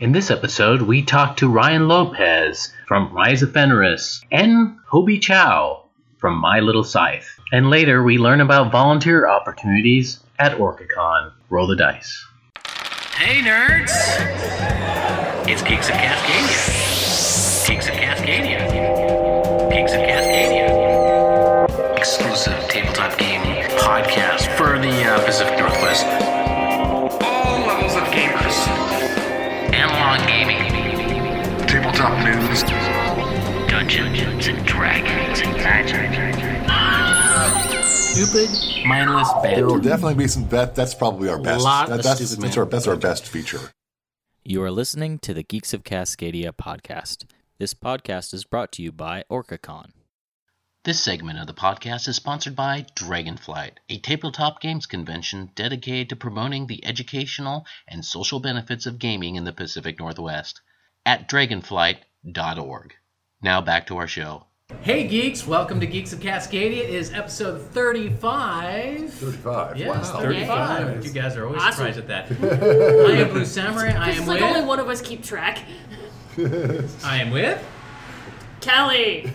In this episode, we talked to Ryan Lopez from Rise of Fenris and Hobie Chow from My Little Scythe. And later, we learn about volunteer opportunities at OrcaCon. Roll the dice. Hey, nerds! It's Geeks of Cascadia. Geeks of Cascadia. Geeks of Cascadia. Exclusive tabletop game podcast for the uh, Pacific Northwest. all levels of gamers. Analog gaming. Tabletop news. Dungeons and Dragons. Stupid, mindless There will banter. definitely be some. That, that's probably our best. Lot That- of that's, stupid that's man. our that's our best feature. You are listening to the Geeks of Cascadia podcast. This podcast is brought to you by OrcaCon. This segment of the podcast is sponsored by Dragonflight, a tabletop games convention dedicated to promoting the educational and social benefits of gaming in the Pacific Northwest at dragonflight.org. Now back to our show. Hey geeks, welcome to Geeks of Cascadia. It is episode 35. Thirty-five. Yes, wow. 35. You guys are always Awesome. surprised at that. I am Blue Samurai. I It's am like with. only one of us keep track. I am with. Kelly.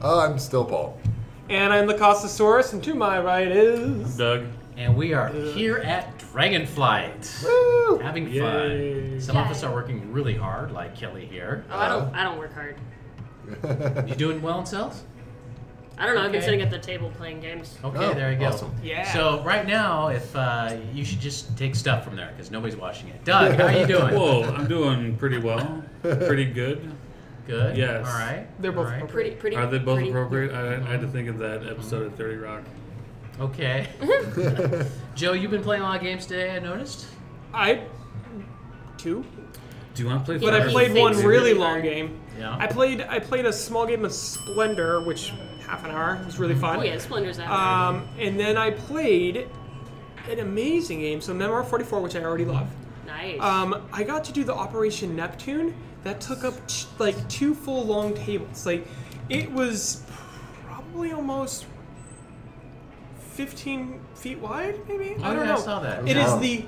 Oh, I'm still Paul. And I'm the Costasaurus, and to my right is Doug. And we are here at Dragonflight. Having fun. Some of us are working really hard, like Kelly here. Oh, I don't. I don't work hard. You doing well in sales? I don't know. I've been Okay. sitting at the table playing games. Okay, Oh, there you go. awesome. Yeah. So right now, if uh, you should just take stuff from there because nobody's watching it. Doug, how are you doing? Whoa, I'm doing pretty well. Pretty good. Good. Yes. All right. They're both All right. Pretty, pretty. Are they both pretty- appropriate? I, I had to think of that episode of 30 Rock. Okay. Joe, you've been playing a lot of games today, I noticed. I two, Do you want to play but I he Fire? played one thinks really really long hard. game. Yeah. I played I played a small game of Splendor, which half an hour was really fun. Oh yeah, Splendor's out. Um, and then I played an amazing game, so Memoir 44, which I already love. nice. Um, I got to do the Operation Neptune. That took up t- like two full long tables. Like, it was probably almost 15 feet wide, maybe? Oh, I don't yeah, I know. saw that. It is Wow. the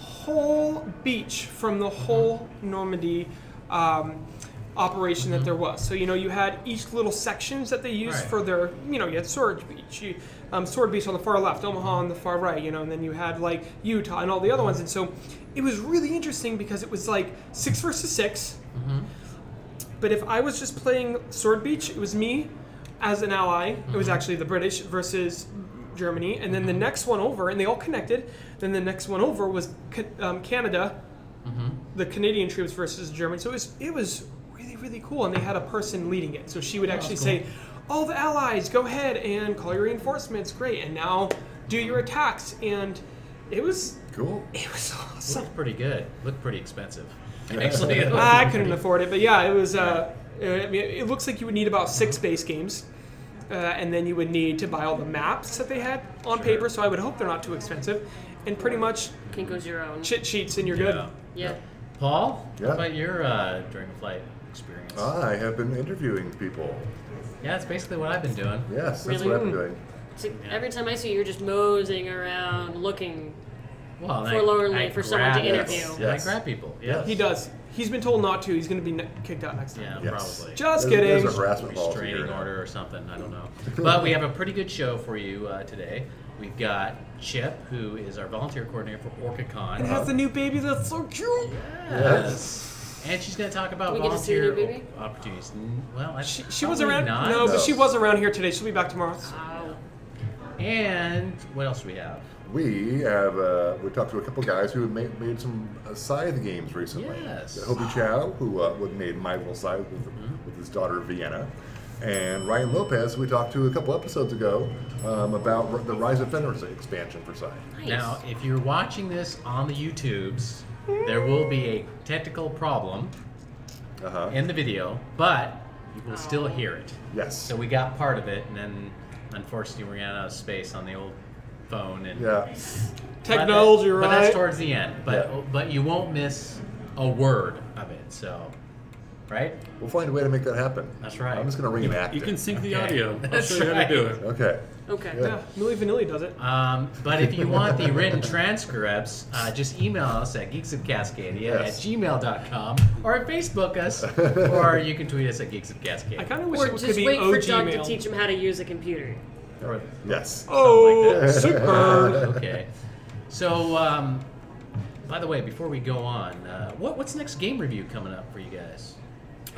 whole beach from the whole Mm-hmm. Normandy um, operation that there was. So you know, you had each little sections that they used Right. for their, you know, you had Sword Beach, you, um, Sword Beach on the far left, Omaha on the far right, you know, and then you had like Utah and all the other ones. And so it was really interesting because it was like six versus 6 But if I was just playing Sword Beach, it was me as an ally. It was actually the British versus Germany, and then the next one over, and they all connected. Then the next one over was Ca- um, Canada, the Canadian troops versus German. So it was it was really really cool, and they had a person leading it. So she would actually say, "All the allies, go ahead and call your reinforcements. Great, and now do your attacks." And it was Cool. it was awesome. Sounds pretty good. Looked pretty expensive. Actually, it looked I pretty- couldn't afford it, but yeah, it was. Uh, I mean, it looks like you would need about six base games, uh, and then you would need to buy all the maps that they had on paper. So I would hope they're not too expensive, and pretty much Can go your own. chit sheets, and you're Yeah. Yeah. Paul, Yeah. what about your uh, during the flight experience? I have been interviewing people. yeah, that's basically what I've been doing. Yes, that's Really? what I'm doing. See, every time I see you, you're just moseying around, looking. Well, and Forlornly for someone to grab- interview. and Yes. I grab people. Yes. Yes. good. He does. He's been told not to. He's going to be ne- kicked out next time. Yeah, Yes. probably. Just There's- kidding. There's a harassment policy restraining here. order or something. I don't know. But we have a pretty good show for you uh, today. We've got Chip, who is our volunteer coordinator for OrcaCon. It has the new baby that's so cute. Yes. And she's going to talk about We get to see volunteer her new baby? op- opportunities. N- Well, I, She, she was probably around. Not. No, No. but she was around here today. She'll be back tomorrow. Wow. And what else do we have? We have uh, we talked to a couple guys who have made, made some uh, scythe games recently. Yes. Mm-hmm. Hobie Chow, who uh, would made My Little Scythe with, with his daughter Vienna, and Ryan Lopez, who we talked to a couple episodes ago um, about r- the Rise of Fenris expansion for scythe. Nice. Now, if you're watching this on the YouTubes, there will be a technical problem Uh huh. in the video, but you will still hear it. Yes. So we got part of it, and then unfortunately we ran out of space on the old phone. And yeah. but that- Technology, right? But that's towards the end. But Yeah. but you won't miss a word of it. So right? We'll find a way to make that happen. That's right. I'm just going to reenact You it. can sync the Okay. audio. I'll That's show you how to do right. it. Okay. Okay. Yeah, Millie Vanilli does it. Um, but if you want the written transcripts, uh, just email us at geeksofcascadia at Yes. gmail.com or Facebook us, or you can tweet us at Geeks of I Cascadia. kind of wish Or it just could be wait for OG Doug mail. to teach him how to use a computer. Or- Yes. Something Oh, like sick bird. okay. So, um, by the way, before we go on, uh, what, what's the next game review coming up for you guys?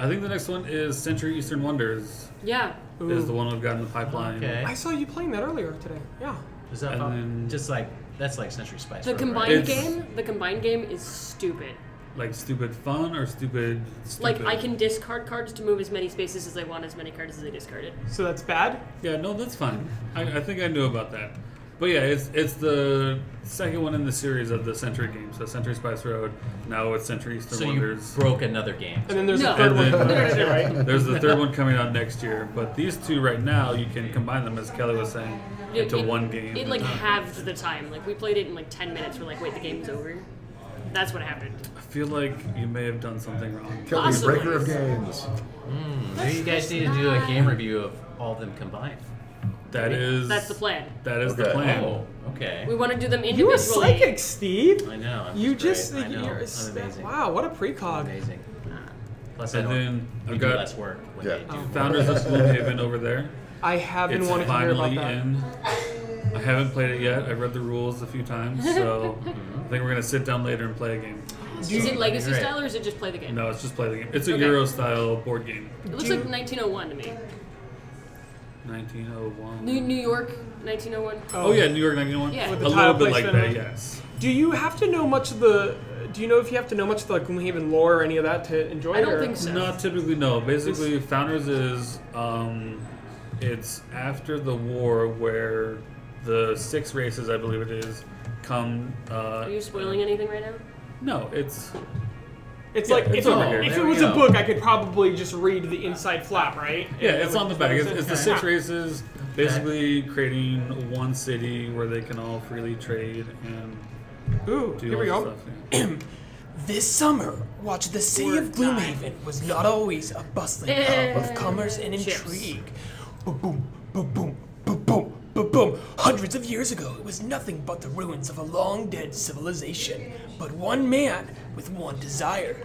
I think the next one is Century Eastern Wonders. Yeah. Is the one I've got in the pipeline. Okay. I saw you playing that earlier today. Yeah. Is that And fun? then- just like that's like Century Spice? The Road, right? combined It's- game, the combined game is stupid. Like stupid fun or stupid? Like stupid? I can discard cards to move as many spaces as I want, as many cards as I discarded. So that's bad. Yeah, no, that's fine. I, I think I knew about that. But yeah, it's it's the second one in the series of the Century game. So Century Spice Road. Now it's Century Eastern So you Wonders. broke another game. And then there's No. a third And one. then- no, There's the third one coming out next year, but these two right now you can combine them, as Kelly was saying, It- into it- one game. It at a like time. halved the time. Like we played it in like ten minutes. We're like, wait, the game's over. That's what happened. I feel like you may have done something wrong. Kelly, Possibly. breaker of games. Maybe you guys need to do a game review of all of them combined. That is That's the plan. That is the Okay. plan. Oh, okay. We want to do them individually. You are psychic, Steve. I know. I'm You great. just I know. you're I'm amazing. wow, what a precog. Amazing. Plus, I And don't, then we I've do got- less work when Yeah. they do. Oh. Founders of Gloomhaven over there. I have been It's wanting to hear about finally that. in. I haven't played it yet. I've read the rules a few times, so I think we're gonna sit down later and play a game. Is it legacy Right. style or is it just play the game? No, it's just play the game. It's a Okay. Euro style board game. It looks like 1901 to me. 1901. New, New York, 1901. Oh yeah, New York 1901. Yeah. With the A little tile bit like placement. that, yes. Do you have to know much of the? Do you know if you have to know much of the Gloomhaven lore or any of that to enjoy I it? don't or- think so. Not typically, no. Basically, Founders is um, it's after the war where the six races, I believe it is, come. Uh, Are you spoiling anything right now? No, it's It's Yeah, like it's if, over it- here. if it There we was a go. book, I could probably just read the inside flap, right? yeah, And it's it on the would- back. It's, it's the six Okay. races, basically creating one city where they can all freely trade and Ooh, do here all we this go. stuff. yeah. This summer, watch the city of Gloomhaven was not always a bustling hub uh, of commerce and Chips. intrigue. Ba-boom, ba-boom, ba-boom, ba-boom. Hundreds of years ago, it was nothing but the ruins of a long dead civilization. But one man with one desire.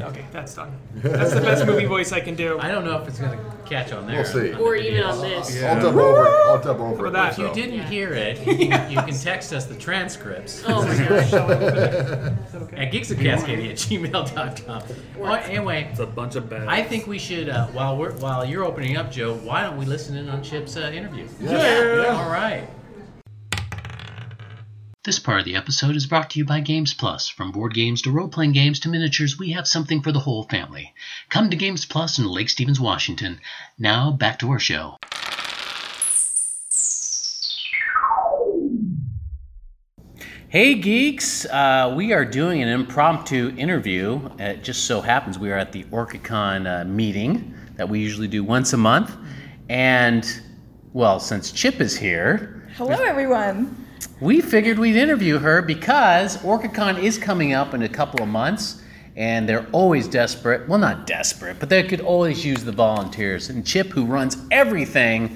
Okay, that's done. That's the best movie voice I can do. I don't know if it's gonna catch on there. We'll see. on the Or even on uh, videos. this? I'll dub over. it. I'll dub over. How it about that? If you myself. didn't Yeah. hear it, you, can- you can text us the transcripts Oh my gosh. at geeksofcascadia at gmail.com. Well, anyway, It's a bunch of bad. I think we should, uh, while we're while you're opening up, Joe, why don't we listen in on Chip's uh, interview? Yeah. All right. This part of the episode is brought to you by Games Plus. From board games to role playing games to miniatures, we have something for the whole family. Come to Games Plus in Lake Stevens, Washington. Now, back to our show. Hey, geeks! Uh, we are doing an impromptu interview. It just so happens we are at the OrcaCon uh, meeting that we usually do once a month. And, well, since Chip is here, Hello, everyone. we figured we'd interview her because OrcaCon is coming up in a couple of months, and they're always desperate. Well, not desperate, but they could always use the volunteers. And Chip, who runs everything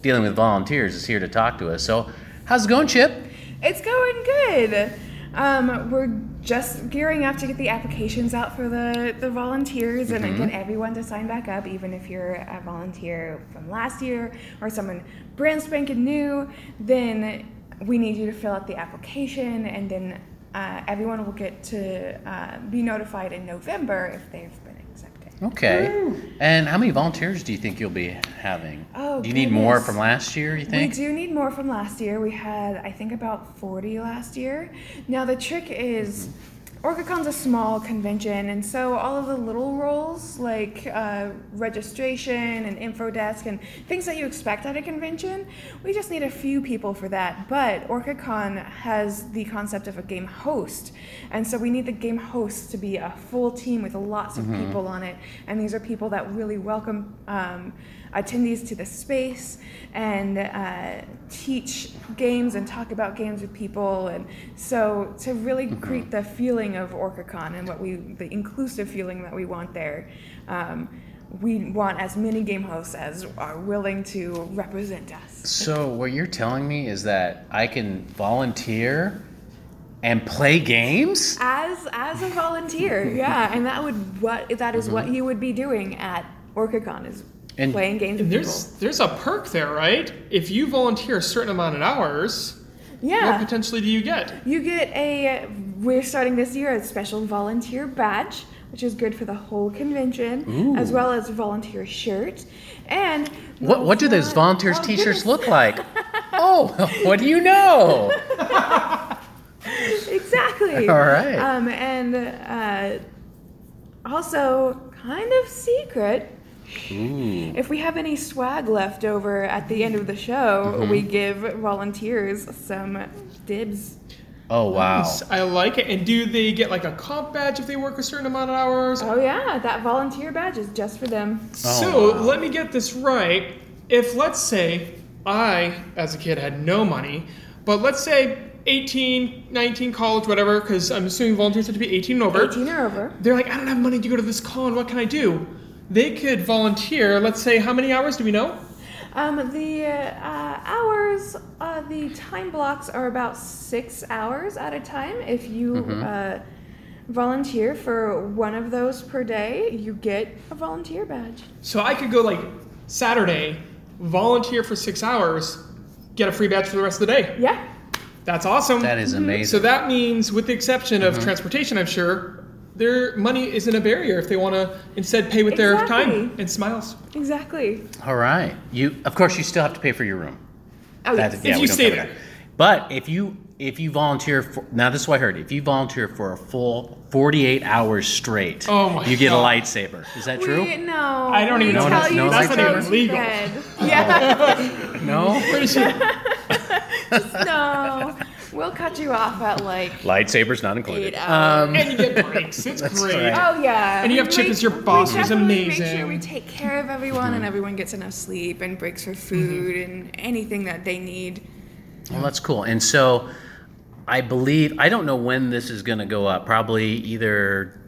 dealing with volunteers, is here to talk to us. So, how's it going, Chip? It's going good. Um, we're just gearing up to get the applications out for the, the volunteers and get everyone to sign back up, even if you're a volunteer from last year or someone brand spanking new. Then we need you to fill out the application, and then uh, everyone will get to uh, be notified in November if they've been accepted. Okay. And how many volunteers do you think you'll be having? Oh, do you need more goodness. from last year? You We think? do need more from last year. We had, I think, about 40 last year. Now, the trick is OrcaCon's a small convention, and so all of the little roles like uh, registration and info desk and things that you expect at a convention, we just need a few people for that. But OrcaCon has the concept of a game host, and so we need the game host to be a full team with lots of Mm-hmm. people on it, and these are people that really welcome. Um, attendees to the space and uh, teach games and talk about games with people and so to really create the feeling feeling of OrcaCon and what we the inclusive feeling that we want there. Um, we want as many game hosts as are willing to represent us. So what you're telling me is that I can volunteer and play games? As as a volunteer, yeah, and that would what that is what you would be doing at OrcaCon is And- playing games with And there's people. there's a perk there, right? If you volunteer a certain amount of hours, what Yeah, potentially do you get? you get a we're starting this year a special volunteer badge, which is good for the whole convention, as well as a volunteer shirt. And What what do those volunteers Oh, t-shirts goodness. look like? Oh, what do you know? exactly. All right. Um, and uh, also kind of secret. If we have any swag left over at the end of the show, Mm-hmm. we give volunteers some dibs. Oh wow. S- I like it. And do they get like a comp badge if they work a certain amount of hours? Oh yeah, that volunteer badge is just for them. so Oh, wow. let me get this right. If let's say I, as a kid, had no money, but let's say 18, 19, college, whatever, because I'm assuming volunteers have to be 18 and over. 18 or over. They're like, I don't have money to go to this con. What can I do? They could volunteer. Let's say, how many hours do we know? Um, the uh, hours, uh, the time blocks are about six hours at a time. If you uh, volunteer for one of those per day, you get a volunteer badge. So I could go like Saturday, volunteer for six hours, get a free badge for the rest of the day. Yeah, That's awesome. That is Mm-hmm. So amazing. that means, with the exception of transportation, I'm sure, their money isn't a barrier if they want to instead pay with their time Exactly. and smiles. exactly. All right. You of course you still have to pay for your room. Oh, That- yes. yeah, If we you don't stay cover there. that. But if you if you volunteer for now, this is what I heard. If you volunteer for a full 48 hours straight, Oh my you get God. a lightsaber. Is that We, true? no. I don't we even know tell that's- you no, that's so not even instead. legal. Yeah. No. Pretty sure. no. We'll cut you off at like Lightsaber's not eight included. Um, hours. and you get breaks. It's great. right. Oh yeah. And you have We Chip make- as your boss, We who's definitely Make amazing. sure we take care of everyone, and everyone gets enough sleep and breaks for food and anything that they need. Well, that's cool. And so, I believe I don't know when this is going to go up. Probably either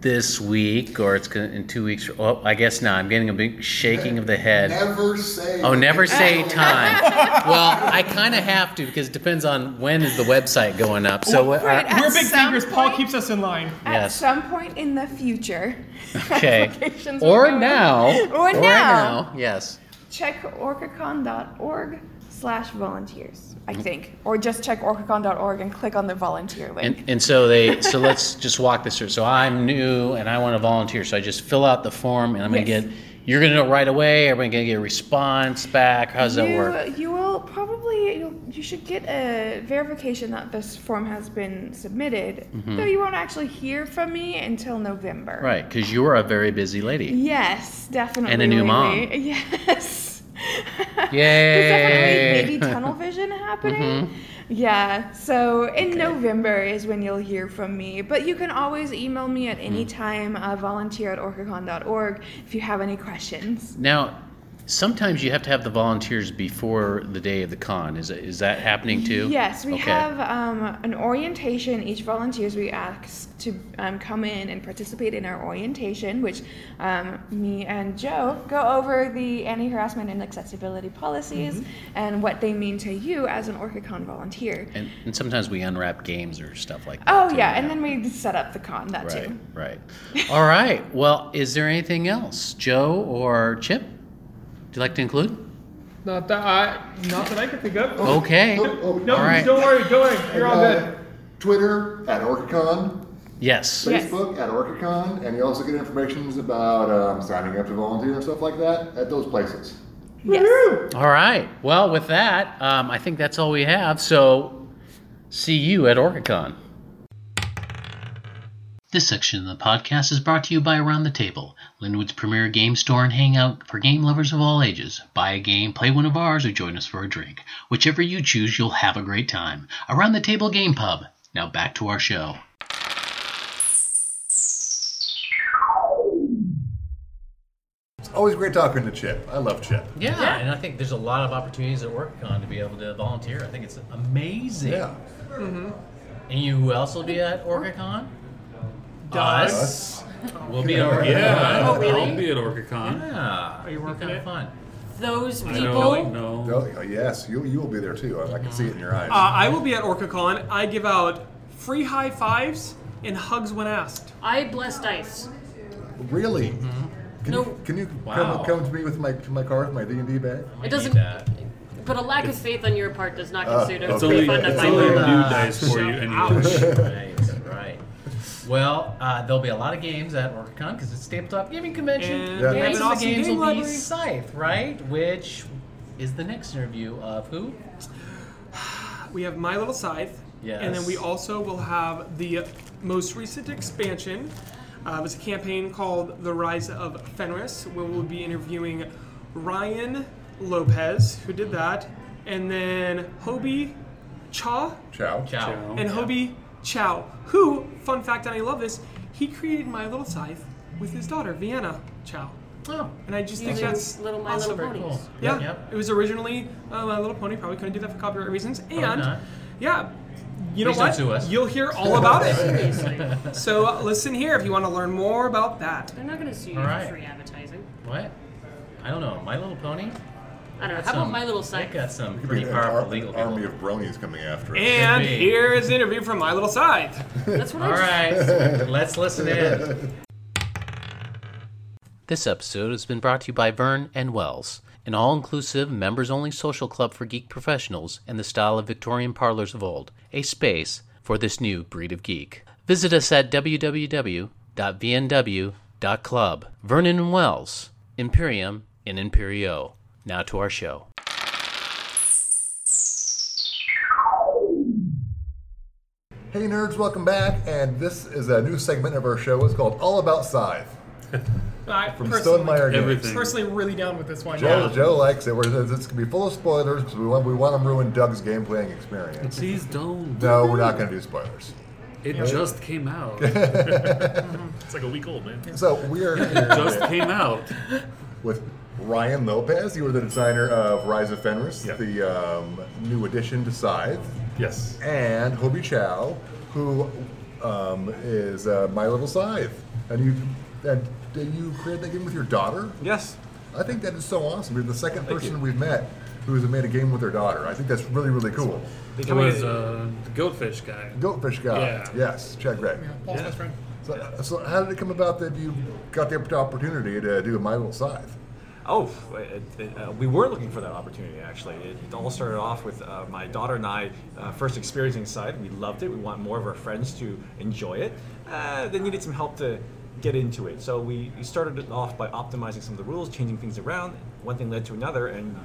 this week or it's gonna, in two weeks. Oh, I guess not. I'm getting a big shaking of the head. Never say. Oh, never say time. well, I kind of have to because it depends on when is the website going up. So uh, what- Right, at We're big some fingers. Paul point- keeps us in line. At Yes. some point in the future. Okay. applications will go Or in. now. Or now. Yes. Check orcacon.org slash volunteers, I Mm-hmm. think. Or just check orcacon.org and click on the volunteer link. And, and so they so let's just walk this through. So I'm new and I want to volunteer. So I just fill out the form and I'm Yes. gonna get you're gonna know right away. Everybody gonna get a response back. How does that you, work? You will probably you'll, you should get a verification that this form has been submitted, Mm-hmm. though you won't actually hear from me until November. Right, because you're a very busy lady. Yes, definitely. And a new mom. Lily. Yes. There's Yay. Mm-hmm. definitely baby tunnel vision happening. Yeah. So in November is when you'll hear from me. But you can always email me Hmm. at any time, uh, volunteer at orcacon.org, if you have any questions. Now, sometimes you have to have the volunteers before the day of the con. Is is that happening too? Yes, we Okay. have um, an orientation. Each volunteers we ask to um, come in and participate in our orientation, which um, me and Joe go over the anti-harassment and accessibility policies Mm-hmm. and what they mean to you as an OrcaCon volunteer. And, and sometimes we unwrap games or stuff like that. Oh too, yeah, and then we set up the con that Right, too. right. All right. Well, is there anything else, Joe or Chip? Do you like to include? Not that I, not that I can think of. Uh, Okay. Oh, No, All right. don't worry. Don't worry. You're all good. uh, Twitter at OrcaCon, Yes. Yeah. Facebook at OrcaCon, and you also get information about um, signing up to volunteer and stuff like that at those places. Yes. All right. Well, with that, um, I think that's all we have. So, see you at OrcaCon. This section of the podcast is brought to you by Around the Table, Linwood's premier game store and hangout for game lovers of all ages. Buy a game, play one of ours, or join us for a drink. Whichever you choose, you'll have a great time. Around the Table Game Pub. Now back to our show. It's always great talking to Chip. I love Chip. Yeah. and I think there's a lot of opportunities at WorkCon to be able to volunteer. I think it's amazing. Yeah. And you who else will be at OrcaCon? Us. We'll be at OrcaCon. Yeah, Oh, really? I'll Uh, be at OrcaCon. Yeah. Are you working kind of fun. Those I people. don't know. Oh, yes, you, you will be there too. I, I can see it in your eyes. Uh, I will be at OrcaCon. I give out free high fives and hugs when asked. I bless dice. really? Can, No. you, can you come- Wow. come, to me with my to my car with my D and D bag? It I need doesn't. that. But a lack of faith on your part does not Uh, constitute a It's Okay. only, refund of it's my only new money. dice for you anyway. right, right. Well, uh, there'll be a lot of games at OrcaCon because it's Tabletop Gaming Convention. And Yeah. we have Next an to awesome the games game will library. be Scythe, right? Which is the next interview of who? We have My Little Scythe. And then Yes. we also will have the most recent expansion. Uh, it's a campaign called The Rise of Fenris, where we'll be interviewing Ryan Lopez, who did that, and then Hobie Cha Ciao. Ciao. and Hobie Chow, who, fun fact, and I love this, he created My Little Scythe with his daughter, Vienna Chow. Oh, And I just think Using that's Little My awesome. Little very cool. Ponies. Yeah, Yep, yep. it was originally uh, My Little Pony. Probably couldn't do that for copyright reasons. And not. yeah, you know Please don't what? sue us. You'll hear all about it. Seriously. They're So uh, listen here if you want to learn more about that. not going to sue you All right. for free advertising. What? I don't know. My Little Pony? I don't know. Got How about some- My Little That Scythe? got some Could be pretty an ar- powerful an legal army people. of bronies coming after us. And be. here's an interview from My Little Scythe. That's what All I just right, let's listen in. This episode has been brought to you by Vern and Wells, an all inclusive, members only social club for geek professionals in the style of Victorian parlors of old, a space for this new breed of geek. Visit us at www.vnw.club. Vernon and Wells, Imperium in Imperio. Now to our show. Hey nerds, welcome back, and this is a new segment of our show. It's called All About Scythe I from personally, Stonemeyer Games. Everything. personally really down with this one. Joe, yeah. Joe likes it. We're, it's gonna be full of spoilers because we want we want to ruin Doug's game playing experience. Please don't. No, we're not gonna do spoilers. It just came out. It's like a week old, man. So we are here just came out. with Ryan Lopez. You were the designer of Rise of Fenris, Yeah. the um, new addition to Scythe, Yes. and Hobie Chow, who um, is uh, My Little Scythe, and you and did you create that game with your daughter? Yes. I think that is so awesome. You're the second person we've met who has made a game with their daughter. I think that's really, really cool. It was uh, the goatfish guy. Goatfish guy. Yeah. Yes, Chad Gray. Paul's best friend. So, so how did it come about that you got the opportunity to do My Little Scythe? Oh, it, it, uh, we were looking for that opportunity actually. It, it all started off with uh, my daughter and I uh, first experiencing side. We loved it. We want more of our friends to enjoy it. Uh, they needed some help to get into it. So we, we started it off by optimizing some of the rules, changing things around. One thing led to another, and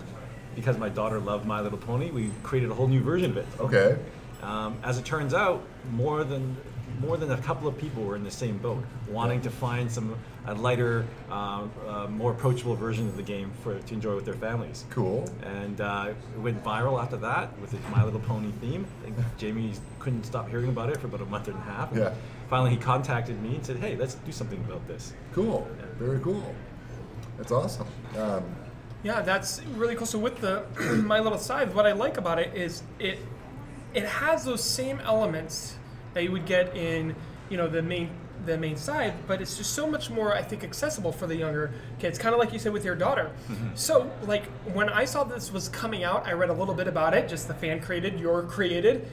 because my daughter loved My Little Pony, we created a whole new version of it. Okay. Um, as it turns out, more than more than a couple of people were in the same boat, wanting to find some a lighter, um, uh, more approachable version of the game for to enjoy with their families. Cool. And uh, it went viral after that with the My Little Pony theme. I think Jamie couldn't stop hearing about it for about a month and a half. And Yeah. Finally, he contacted me and said, "Hey, let's do something about this." Cool. Very cool. That's awesome. Um, Yeah, that's really cool. So with the My Little Scythe, what I like about it is it it has those same elements that you would get in you know the main the main scythe, but it's just so much more I think accessible for the younger kids. Kind of like you said with your daughter. So like when I saw this was coming out, I read a little bit about it, just the fan created, your created.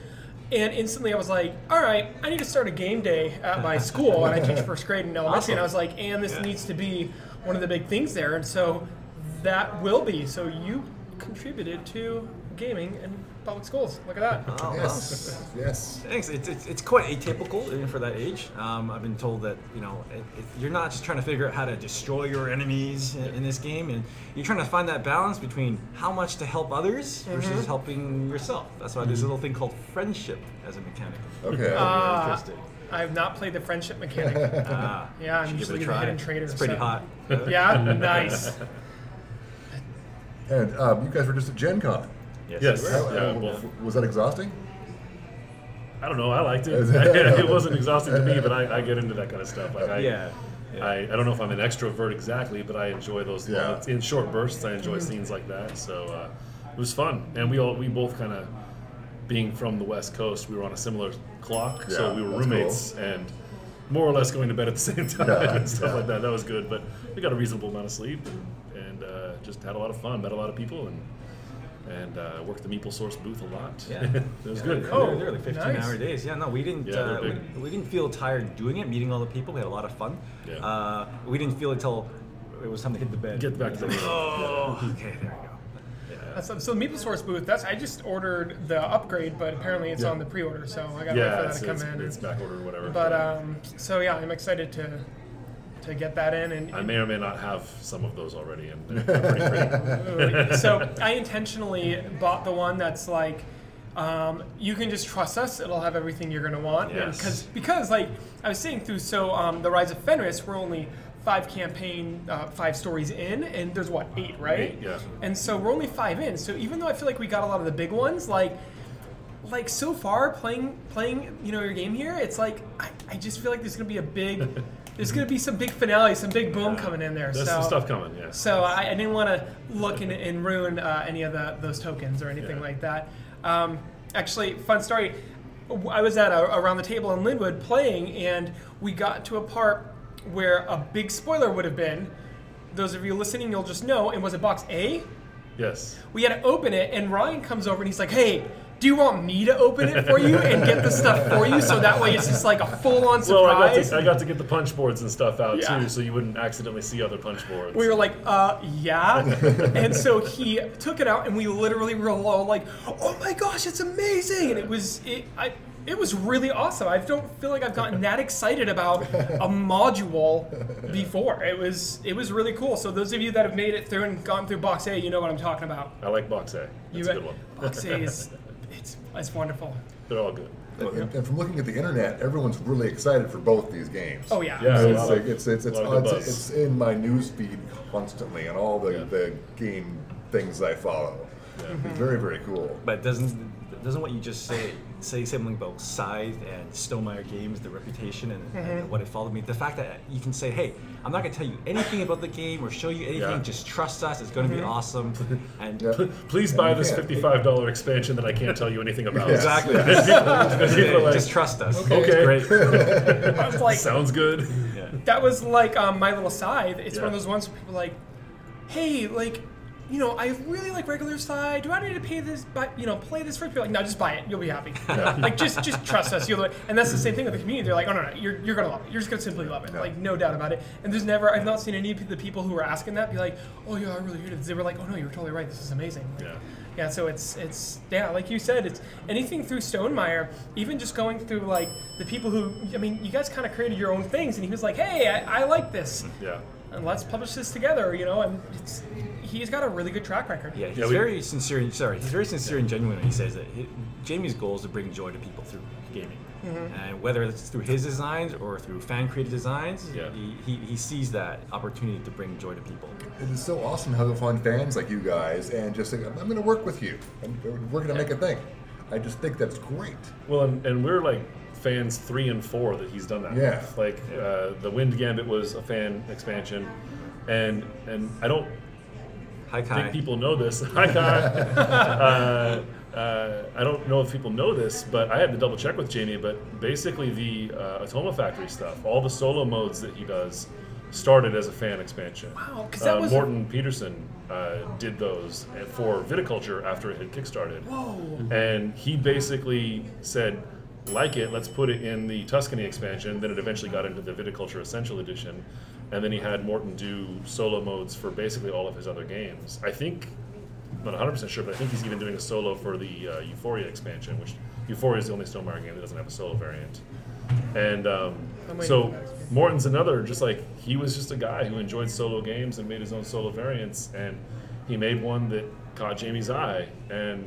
And instantly, I was like, "All right, I need to start a game day at my school, and I teach first grade in elementary." And I was like, "And this needs to be one of the big things there." And so that will be. So you contributed to gaming in public schools. Look at that. Oh, yes. Yes. Thanks. It's, it's, it's quite atypical even for that age. Um, I've been told that you know it, it, you're not just trying to figure out how to destroy your enemies in, in this game, and you're trying to find that balance between how much to help others versus helping yourself. That's why there's a little thing called friendship as a mechanic. Okay. Very Ah. Uh, interesting. I have not played the friendship mechanic. yeah, I'm Should give it usually a the try. hidden traitor. It's pretty so- hot. Yeah, nice. and um, you guys were just at Gen Con. Yes. Yes. you How- were. Yeah, uh, well- was that exhausting? I don't know. I liked it. it wasn't exhausting to me, but I, I get into that kind of stuff. Like I, Yeah. Yeah. I, I don't know if I'm an extrovert exactly, but I enjoy those. Yeah. Mm-hmm. moments. In short bursts, I enjoy scenes like that. So uh, it was fun, and we all we both kind of being from the West Coast, we were on a similar clock, Yeah, so we were that's roommates, and more or less going to bed at the same time Yeah, and stuff yeah. like that. That was good, but we got a reasonable amount of sleep and, and uh, just had a lot of fun, met a lot of people, and and uh, worked the Meeple Source booth a lot. Yeah, it was Yeah, good. They're, Oh, they're, they're like 15 hour days. Yeah, no, we didn't. Yeah, they're uh, big. we, we didn't feel tired doing it, meeting all the people. We had a lot of fun. Yeah. Uh, we didn't feel it until it was time to hit the bed. Get back to the bed. Oh, okay, there we go. That's, so the Meeple Source booth. That's I just ordered the upgrade, but apparently it's Yeah. on the pre-order, so I gotta yeah, wait for it's, that to come it's, in. it's back ordered or whatever. But um, so yeah, I'm excited to to get that in and. I may or may not have some of those already, and they're they're pretty pretty. so I intentionally bought the one that's like, um, you can just trust us; it'll have everything you're gonna want. Yes. Because because like I was saying through, so um, the Rise of Fenris, we're only five campaign, uh, five stories in, and there's what eight, right? Eight, yeah. And so we're only five in. So even though I feel like we got a lot of the big ones, like. Like so far, playing playing you know your game here, it's like I, I just feel like there's gonna be a big, there's gonna be some big finale, some big boom coming in there. There's so, some stuff coming, yeah. So I, I didn't want to look and, and ruin uh, any of the, those tokens or anything like that. Um, actually, fun story. w- I was at a, around the table in Linwood playing, and we got to a part where a big spoiler would have been. Those of you listening, you'll just know. And was it box A? yes. We had to open it, and Ryan comes over and he's like, "Hey." Do you want me to open it for you and get the stuff for you so that way it's just like a full on surprise? Well, I got, to, I got to get the punch boards and stuff out Yeah. too, so you wouldn't accidentally see other punch boards. We were like, uh, yeah. and so he took it out, and we literally were all like, oh my gosh, it's amazing! And it was it, I, it was really awesome. I don't feel like I've gotten that excited about a module before. It was it was really cool. So those of you that have made it through and gone through box A, you know what I'm talking about. I like box A. You- That's a good one. Box A is it's it's wonderful. They're all good. And, and from looking at the internet, everyone's really excited for both these games. Oh, yeah. Yeah, it's, a lot like, of- it's, it's, it's, lot of good it's, it's buzz. in my news feed constantly and all the, the game things I follow. It's very, very cool. But doesn't doesn't what you just say say something about Scythe and Stonemeyer Games, the reputation and, Mhm. and what it followed me? The fact that you can say, "Hey, I'm not going to tell you anything about the game or show you anything. Yeah. Just trust us. It's going to be Mhm. awesome." And Please buy this fifty-five dollar expansion that I can't tell you anything about. Yes. Exactly. Because people are like, Just trust us. Okay. It's great. I was like- Sounds good. That was like um, my little scythe. It's one of Yeah. those ones where people are like, hey, like, you know, I really like regular scythe. Do I need to pay this? But you know, play this first. People are like, no, just buy it. You'll be happy. Yeah. like, just just trust us. You'll. And that's the same thing with the community. They're like, oh no, no, you're, you're gonna love it. You're just gonna simply love it. Like, no doubt about it. And there's never I've not seen any of the people who were asking that be like, oh yeah, I really hated this. They were like, oh no, you're totally right. This is amazing. Like, Yeah. yeah, so it's it's yeah, like you said, it's anything through Stonemeyer, even just going through like the people who I mean, you guys kind of created your own things, and he was like, "Hey, I, I like this, Mm-hmm. Yeah. and let's publish this together," you know. And it's, he's got a really good track record. Yeah, he's very sincere. And, sorry, he's very sincere and genuine when he says that. He, Jamie's goal is to bring joy to people through gaming, Mhm. and whether it's through his designs or through fan created designs, he, he, he sees that opportunity to bring joy to people. It is so awesome how to find fans like you guys and just think, I'm going to work with you. And we're going to make a thing. I just think that's great. Well, and, and we're like fans three and four that he's done that. Yeah. With. Like uh, the Wind Gambit was a fan expansion, and and I don't Hi, Kai. think people know this. Hi Kai. uh, uh, I don't know if people know this, but I had to double check with Jamie. But basically, the uh, Atoma Factory stuff, all the solo modes that he does, started as a fan expansion. Wow, 'cause that uh, was- Morton Peterson uh, did those for Viticulture after it had kickstarted Whoa. and he basically said like it let's put it in the tuscany expansion then it eventually got into the viticulture essential edition and then he had morton do solo modes for basically all of his other games i think I'm not 100% sure but i think he's even doing a solo for the uh, euphoria expansion which euphoria is the only stonemaier game that doesn't have a solo variant and um, I'm waiting for so that experience. Morton's another, just like he was just a guy who enjoyed solo games and made his own solo variants, and he made one that caught Jamie's eye, and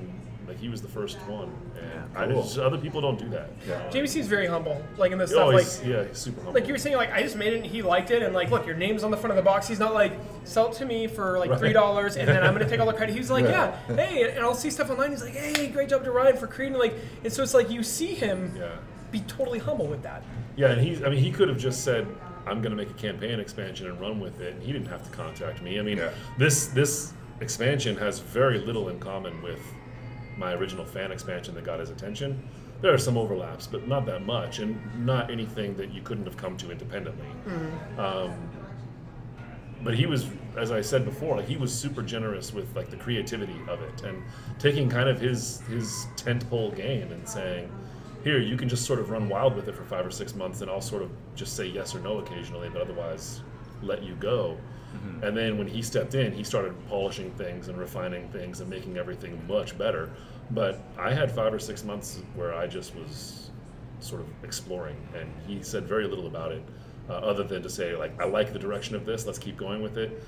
like he was the first one. And I Cool. just, other people don't do that. Jamie seems very humble, like in this Oh, stuff, like. he's- yeah, he's super humble. Like you were saying, like I just made it and he liked it, and like, look, your name's on the front of the box. He's not like sell it to me for like Right. three dollars, and then I'm gonna take all the credit. He was like, Right. yeah, hey, and I'll see stuff online. He's like, hey, great job to Ryan for creating like, and so it's like you see him be totally humble with that. Yeah, and he's, I mean, he could have just said, I'm going to make a campaign expansion and run with it, and he didn't have to contact me. I mean, this this expansion has very little in common with my original fan expansion that got his attention. there are some overlaps, but not that much, and not anything that you couldn't have come to independently. Um, but he was, as I said before, like he was super generous with like the creativity of it and taking kind of his his tentpole game and saying, "Here, you can just sort of run wild with it for five or six months, and I'll sort of just say yes or no occasionally, but otherwise, let you go." And then when he stepped in, he started polishing things and refining things and making everything much better. But I had five or six months where I just was sort of exploring, and he said very little about it, uh, other than to say like, "I like the direction of this. Let's keep going with it."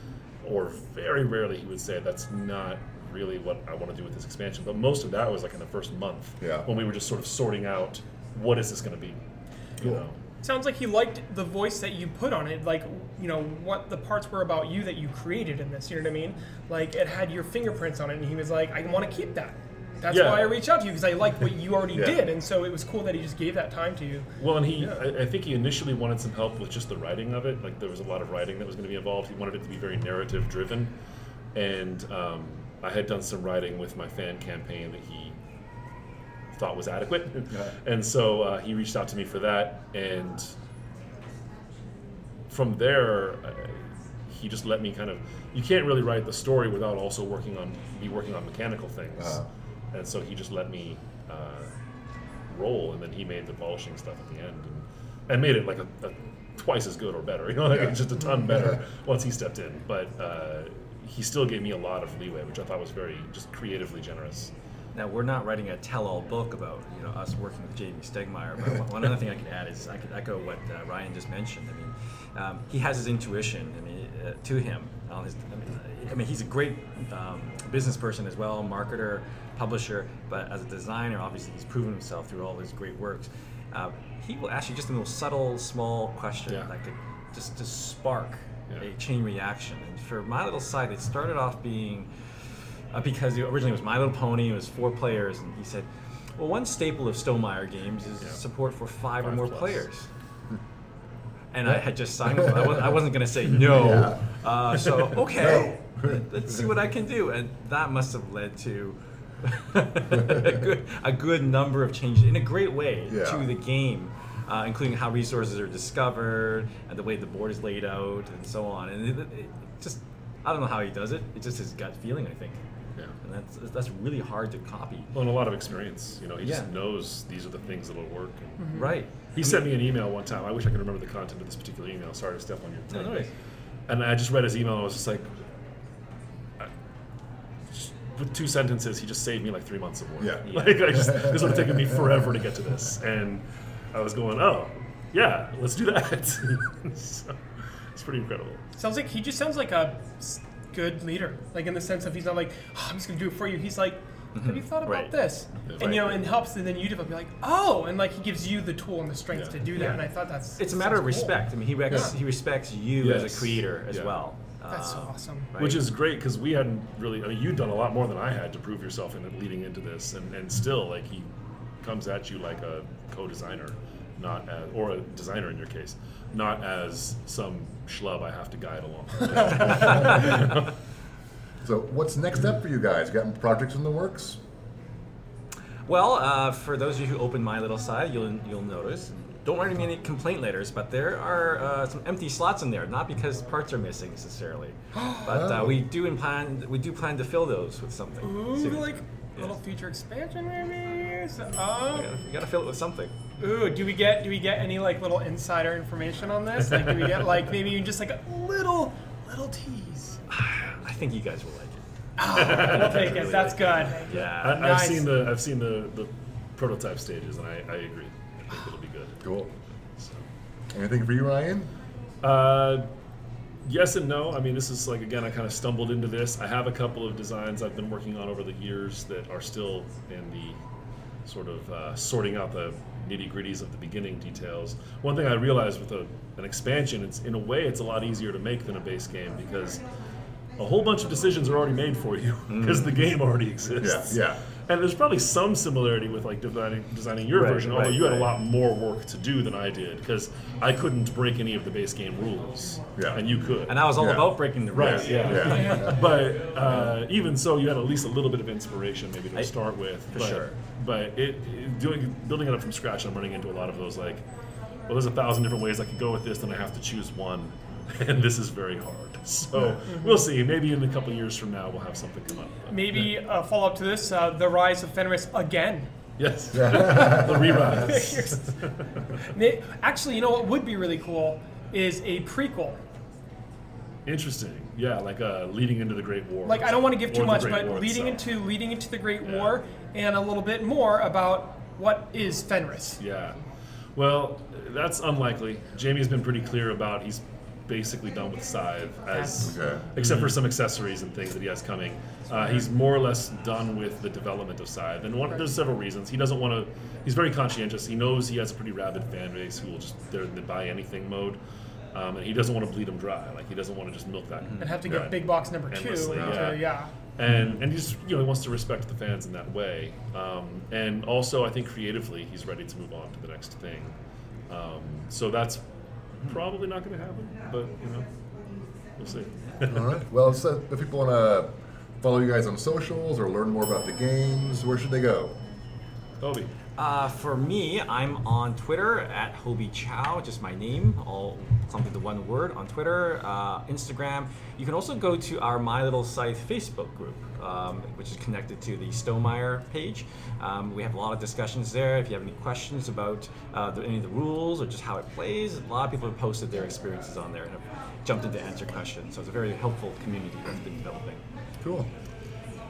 Or very rarely he would say, "That's not really what I want to do with this expansion." But most of that was like in the first month Yeah. when we were just sort of sorting out what is this going to be. You know, Sounds like he liked the voice that you put on it, like you know what the parts were about you that you created in this. You know what I mean? Like it had your fingerprints on it, and he was like, "I want to keep that." That's Yeah. why I reached out to you because I liked what you already Yeah. did, and so it was cool that he just gave that time to you. Well, and he, Yeah. I, I think he initially wanted some help with just the writing of it. Like there was a lot of writing that was going to be involved. He wanted it to be very narrative driven, and um, I had done some writing with my fan campaign that he thought was adequate, and so uh, he reached out to me for that. And from there, uh, he just let me kind of. You can't really write the story without also working on be working on mechanical things, Uh-huh. and so he just let me. Uh, role, and then he made the polishing stuff at the end, and, and made it like a, a twice as good or better. You know, like Yeah. just a ton better Yeah. once he stepped in. But uh, he still gave me a lot of leeway, which I thought was very just creatively generous. Now we're not writing a tell-all book about you know us working with Jamie Stegmeyer, but one- one other thing I could add is I could echo what uh, Ryan just mentioned. I mean, um, he has his intuition. I mean, uh, to him on his. I mean, I mean, he's a great um, business person as well, marketer, publisher, but as a designer, obviously he's proven himself through all his great works. Uh, he will ask you just the most subtle, small question that could just just spark a chain reaction. And for my little site, it started off being uh, because it originally was My Little Pony. It was four players, and he said, "Well, one staple of Stonemeyer games is support for five, or Five more plus. players." And I had just signed. with him. I wasn't, I wasn't going to say no. Yeah. Uh, so okay, No. let's see what I can do, and that must have led to. a, good, a good number of changes in a great way Yeah. to the game, uh, including how resources are discovered and the way the board is laid out and so on. And it, it just, I don't know how he does it. It's just his gut feeling, I think. Yeah. And that's that's really hard to copy. Well, and a lot of experience. You know, he just Yeah. knows these are the things that'll work. Mm-hmm. Mhm. Right. He I sent me mean- an email one time. I wish I could remember the content of this particular email. Sorry to step on your No, thing. no worries. and I just read his email. and I was just like, I- just with two sentences, he just saved me like three months of work. Yeah. Yeah. Like I just this would have taken me forever to get to this, and I was going, oh yeah, let's do that. so, it's pretty incredible. Sounds like he just sounds like a s- good leader, like in the sense of he's not like, "Oh, I'm just gonna do it for you. He's like, have you Mhm. thought about Right. this? Right. And you know, and helps, and then you develop. You're like, oh, and like he gives you the tool and the strength to do that. And I thought that's It's a matter of sounds cool. respect. I mean, he, rex- Yeah. he respects you as Yes. a creator as Yeah. well. That's awesome. Which right? is great because we hadn't really. I mean, you'd done a lot more than I had to prove yourself in leading into this, and, and still, like he comes at you like a co-designer, not as, or a designer in your case, not as some schlub I have to guide along. So what's next up for you guys? Got projects in the works? Well, uh, for those of you who open my little side, you'll you'll notice. Don't write me any complaint letters, but there are uh, some empty slots in there. Not because parts are missing necessarily, but uh, Oh. we do in plan we do plan to fill those with something. Mm-hmm. Ooh, soon. like little future expansion maybe. So, oh. We gotta, we gotta fill it with something. Ooh, do we get do we get any like little insider information on this? Like, do we get like maybe even just like a little little tease? I think you guys will like it. Oh, we'll take it. That's good. Yeah. I, I've Nice. seen the I've seen the, the prototype stages, and I, I agree. I think it'll be good. Cool. Anything for you, Ryan? Uh, yes and no. I mean, this is like again, I kind of stumbled into this. I have a couple of designs I've been working on over the years that are still in the sort of uh, sorting out the nitty gritties of the beginning details. One thing I realized with a, an expansion, it's in a way it's a lot easier to make than a base game Mm. because a whole bunch of decisions are already made for you because the game already exists. Yeah, yeah. And there's probably some similarity with like designing, designing your Right, version, although right, you had a right. lot more work to do than I did because I couldn't break any of the base game rules. Yeah. And you could. And I was all Yeah. about breaking the right, rules. Yeah. Yeah. Yeah. but uh, even so, you had at least a little bit of inspiration maybe to start with. for but, sure. But it, it- doing building it up from scratch, I'm running into a lot of those like, well, there's a thousand different ways I could go with this, then I have to choose one, and this is very hard. So Yeah. we'll see. Maybe in a couple years from now, we'll have something come up. Maybe uh, follow up to this: uh, the rise of Fenris again. Yes. The re-rise. Here's- May- Actually, you know what would be really cool is a prequel. Interesting. Yeah, like uh, leading into the Great War. Like I don't want to give Or too the much, Great but War leading itself. into leading into the Great War and a little bit more about what is Fenris. Yeah. Well, that's um, unlikely. Jamie's been pretty clear about he's basically done with Scythe, as, That's- Okay. except for Mhm. some accessories and things that he has coming. Uh, he's more or less done with the development of Scythe. And one, there's several reasons. He doesn't want to, he's very conscientious. He knows he has a pretty rabid fan base who will just, they're in the buy anything mode. Um, and he doesn't want to bleed them dry. Like, he doesn't want to just milk that. And have to get Mm-hmm. Right. big box number two. Endlessly, to- yeah. and and he's you know he wants to respect the fans in that way, um, and also I think creatively he's ready to move on to the next thing. Um, so that's Mm-hmm. probably not going to happen, but you know we'll see. All right. Well, so if people want to follow you guys on socials or learn more about the games, where should they go? Toby. Uh, for me, I'm on Twitter at Hobie Chow, just my name, all clumped into one word on Twitter, uh, Instagram. You can also go to our My Little Scythe Facebook group, um, which is connected to the Stonemeyer page. Um, we have a lot of discussions there. If you have any questions about uh, the, any of the rules or just how it plays, a lot of people have posted their experiences on there and have jumped in to answer questions. So it's a very helpful community that's been developing. Cool.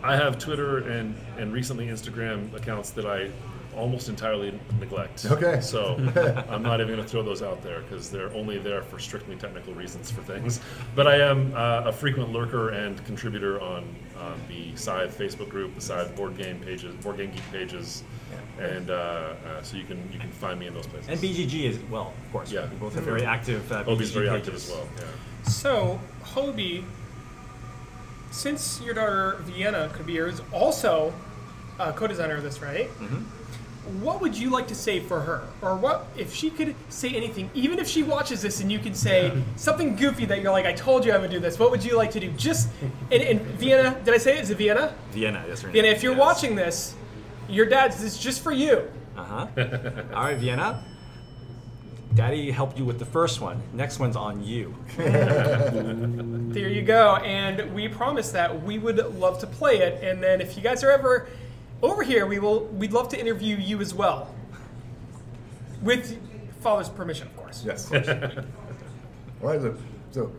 I have Twitter and and recently Instagram accounts that I almost entirely neglect. Okay. So I'm not even going to throw those out there because they're only there for strictly technical reasons for things. But I am uh, a frequent lurker and contributor on on the Scythe Facebook group, the Scythe board game pages, board game geek pages, and uh, uh, so you can you can find me in those places. And BGG as well, of course. Yeah, We both have very active uh, Obi's BGG very active pages. as well. Yeah. So, Hobie, since your daughter Vienna could be is also a co-designer of this, right? What would you like to say for her, or what if she could say anything, even if she watches this and you could say something goofy that you're like, "I told you I would do this." What would you like to do? Just and, and Vienna, did I say it? Is it Vienna? Vienna, that's right. Vienna, if you're watching this, your dad's this is just for you. Uh huh. All right, Vienna. Daddy helped you with the first one. Next one's on you. There you go. And we promise that we would love to play it. And then if you guys are ever over here, we will. We'd love to interview you as well, with father's permission, of course. Yes. All right. So, so,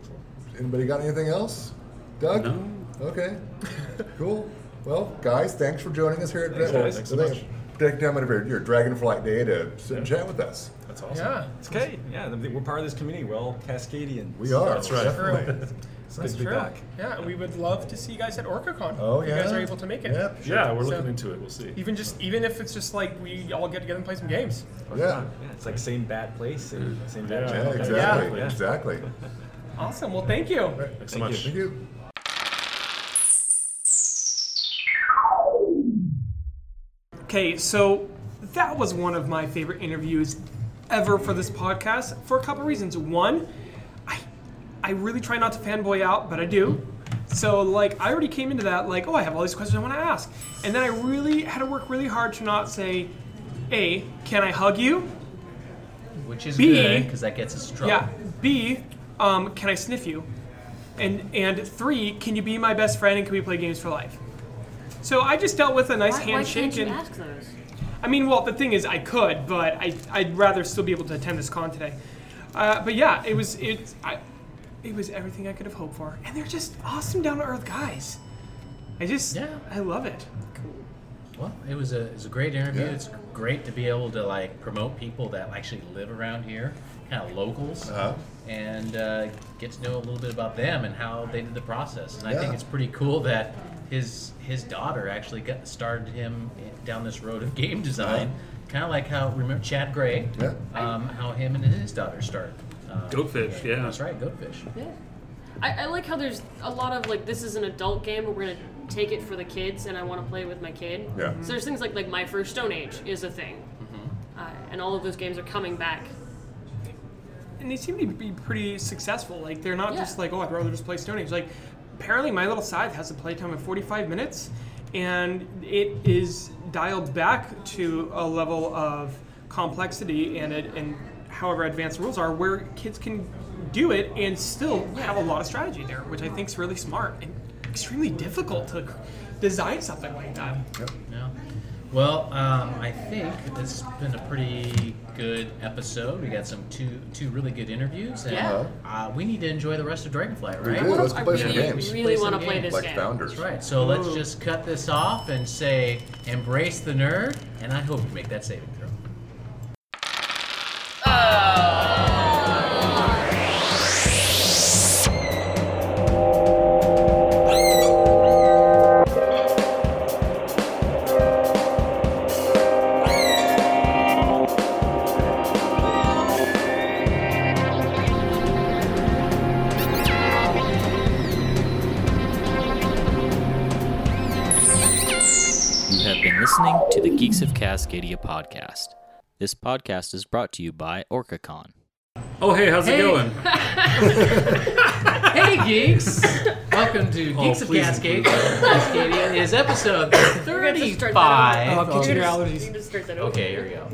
anybody got anything else? Doug? Okay. cool. Well, guys, thanks for joining us here at Thanks, well, guys. Thanks so much. Take time out of your, your Dragonflight day to sit and chat with us. That's awesome. Yeah. It's okay. Yeah, th- we're part of this community. We're all Cascadians. We are, That's right. True. definitely. It's good to be back. Yeah, we would love to see you guys at OrcaCon. Oh, if you guys yeah. are able to make it. Yep, sure. Yeah, we're looking into it. We'll see. Even just even if it's just like we all get together and play some games. Yeah. yeah. It's like same bad place, same, same bad Yeah, channel. exactly. Yeah. Exactly. Awesome. Well, thank you. Thanks Thank you. Thank you. Okay, so that was one of my favorite interviews ever for this podcast for a couple reasons. One, I I really try not to fanboy out, but I do. So like I already came into that like, oh, I have all these questions I want to ask. And then I really had to work really hard to not say, A, can I hug you? Which is B- good because that gets us in trouble. Yeah. B, um, can I sniff you? And and three, can you be my best friend and can we play games for life? So I just dealt with a nice why, handshake Why can't you and ask those? I mean, well, the thing is, I could, but I, I'd rather still be able to attend this con today. Uh, but yeah, it was it, I, it was everything I could have hoped for, and they're just awesome, down to earth guys. I just, I love it. Well, it was a it was a great interview. Yeah. It's great to be able to like promote people that actually live around here, kind of locals, Uh-huh. and uh, get to know a little bit about them and how they did the process. And I think Yeah. it's pretty cool that his his daughter actually got started him i- down this road of game design, Uh-huh. kind of like how remember Chad Gray, um, how him and his daughter started. Uh, Goatfish, yeah. that's right, Goatfish. Yeah. I, I like how there's a lot of like this is an adult game, but we're gonna take it for the kids, and I want to play with my kid. Yeah. So there's things like like My First Stone Age is a thing, uh, and all of those games are coming back. and they seem to be pretty successful. Like they're not Yeah. just like, oh, I'd rather just play Stone Age. Like apparently, My Little Scythe has a playtime of 45 minutes, and it is dialed back to a level of complexity and it, and however advanced the rules are, where kids can do it and still have a lot of strategy there, which I think is really smart and extremely difficult to c- design something like that. Yeah. Well, um, I think this has been a pretty good episode. We got some two two really good interviews, and Yeah. uh, we need to enjoy the rest of Dragonfly, We right? do. Let's I play some really, games. really some wanna play games. this Like game. Founders. That's right. So let's just cut this off and say, embrace the nerd, and I hope you make that saving throw. You have been listening to the Geeks of Cascadia podcast. This podcast is brought to you by OrcaCon. Oh, hey, how's it going? hey, geeks! Welcome to Oh, Geeks of please, Cascade. please. Cascadia is episode You're gonna have to start that 35. Oh, over. You're gonna- you're gonna start that over. Okay, here we go.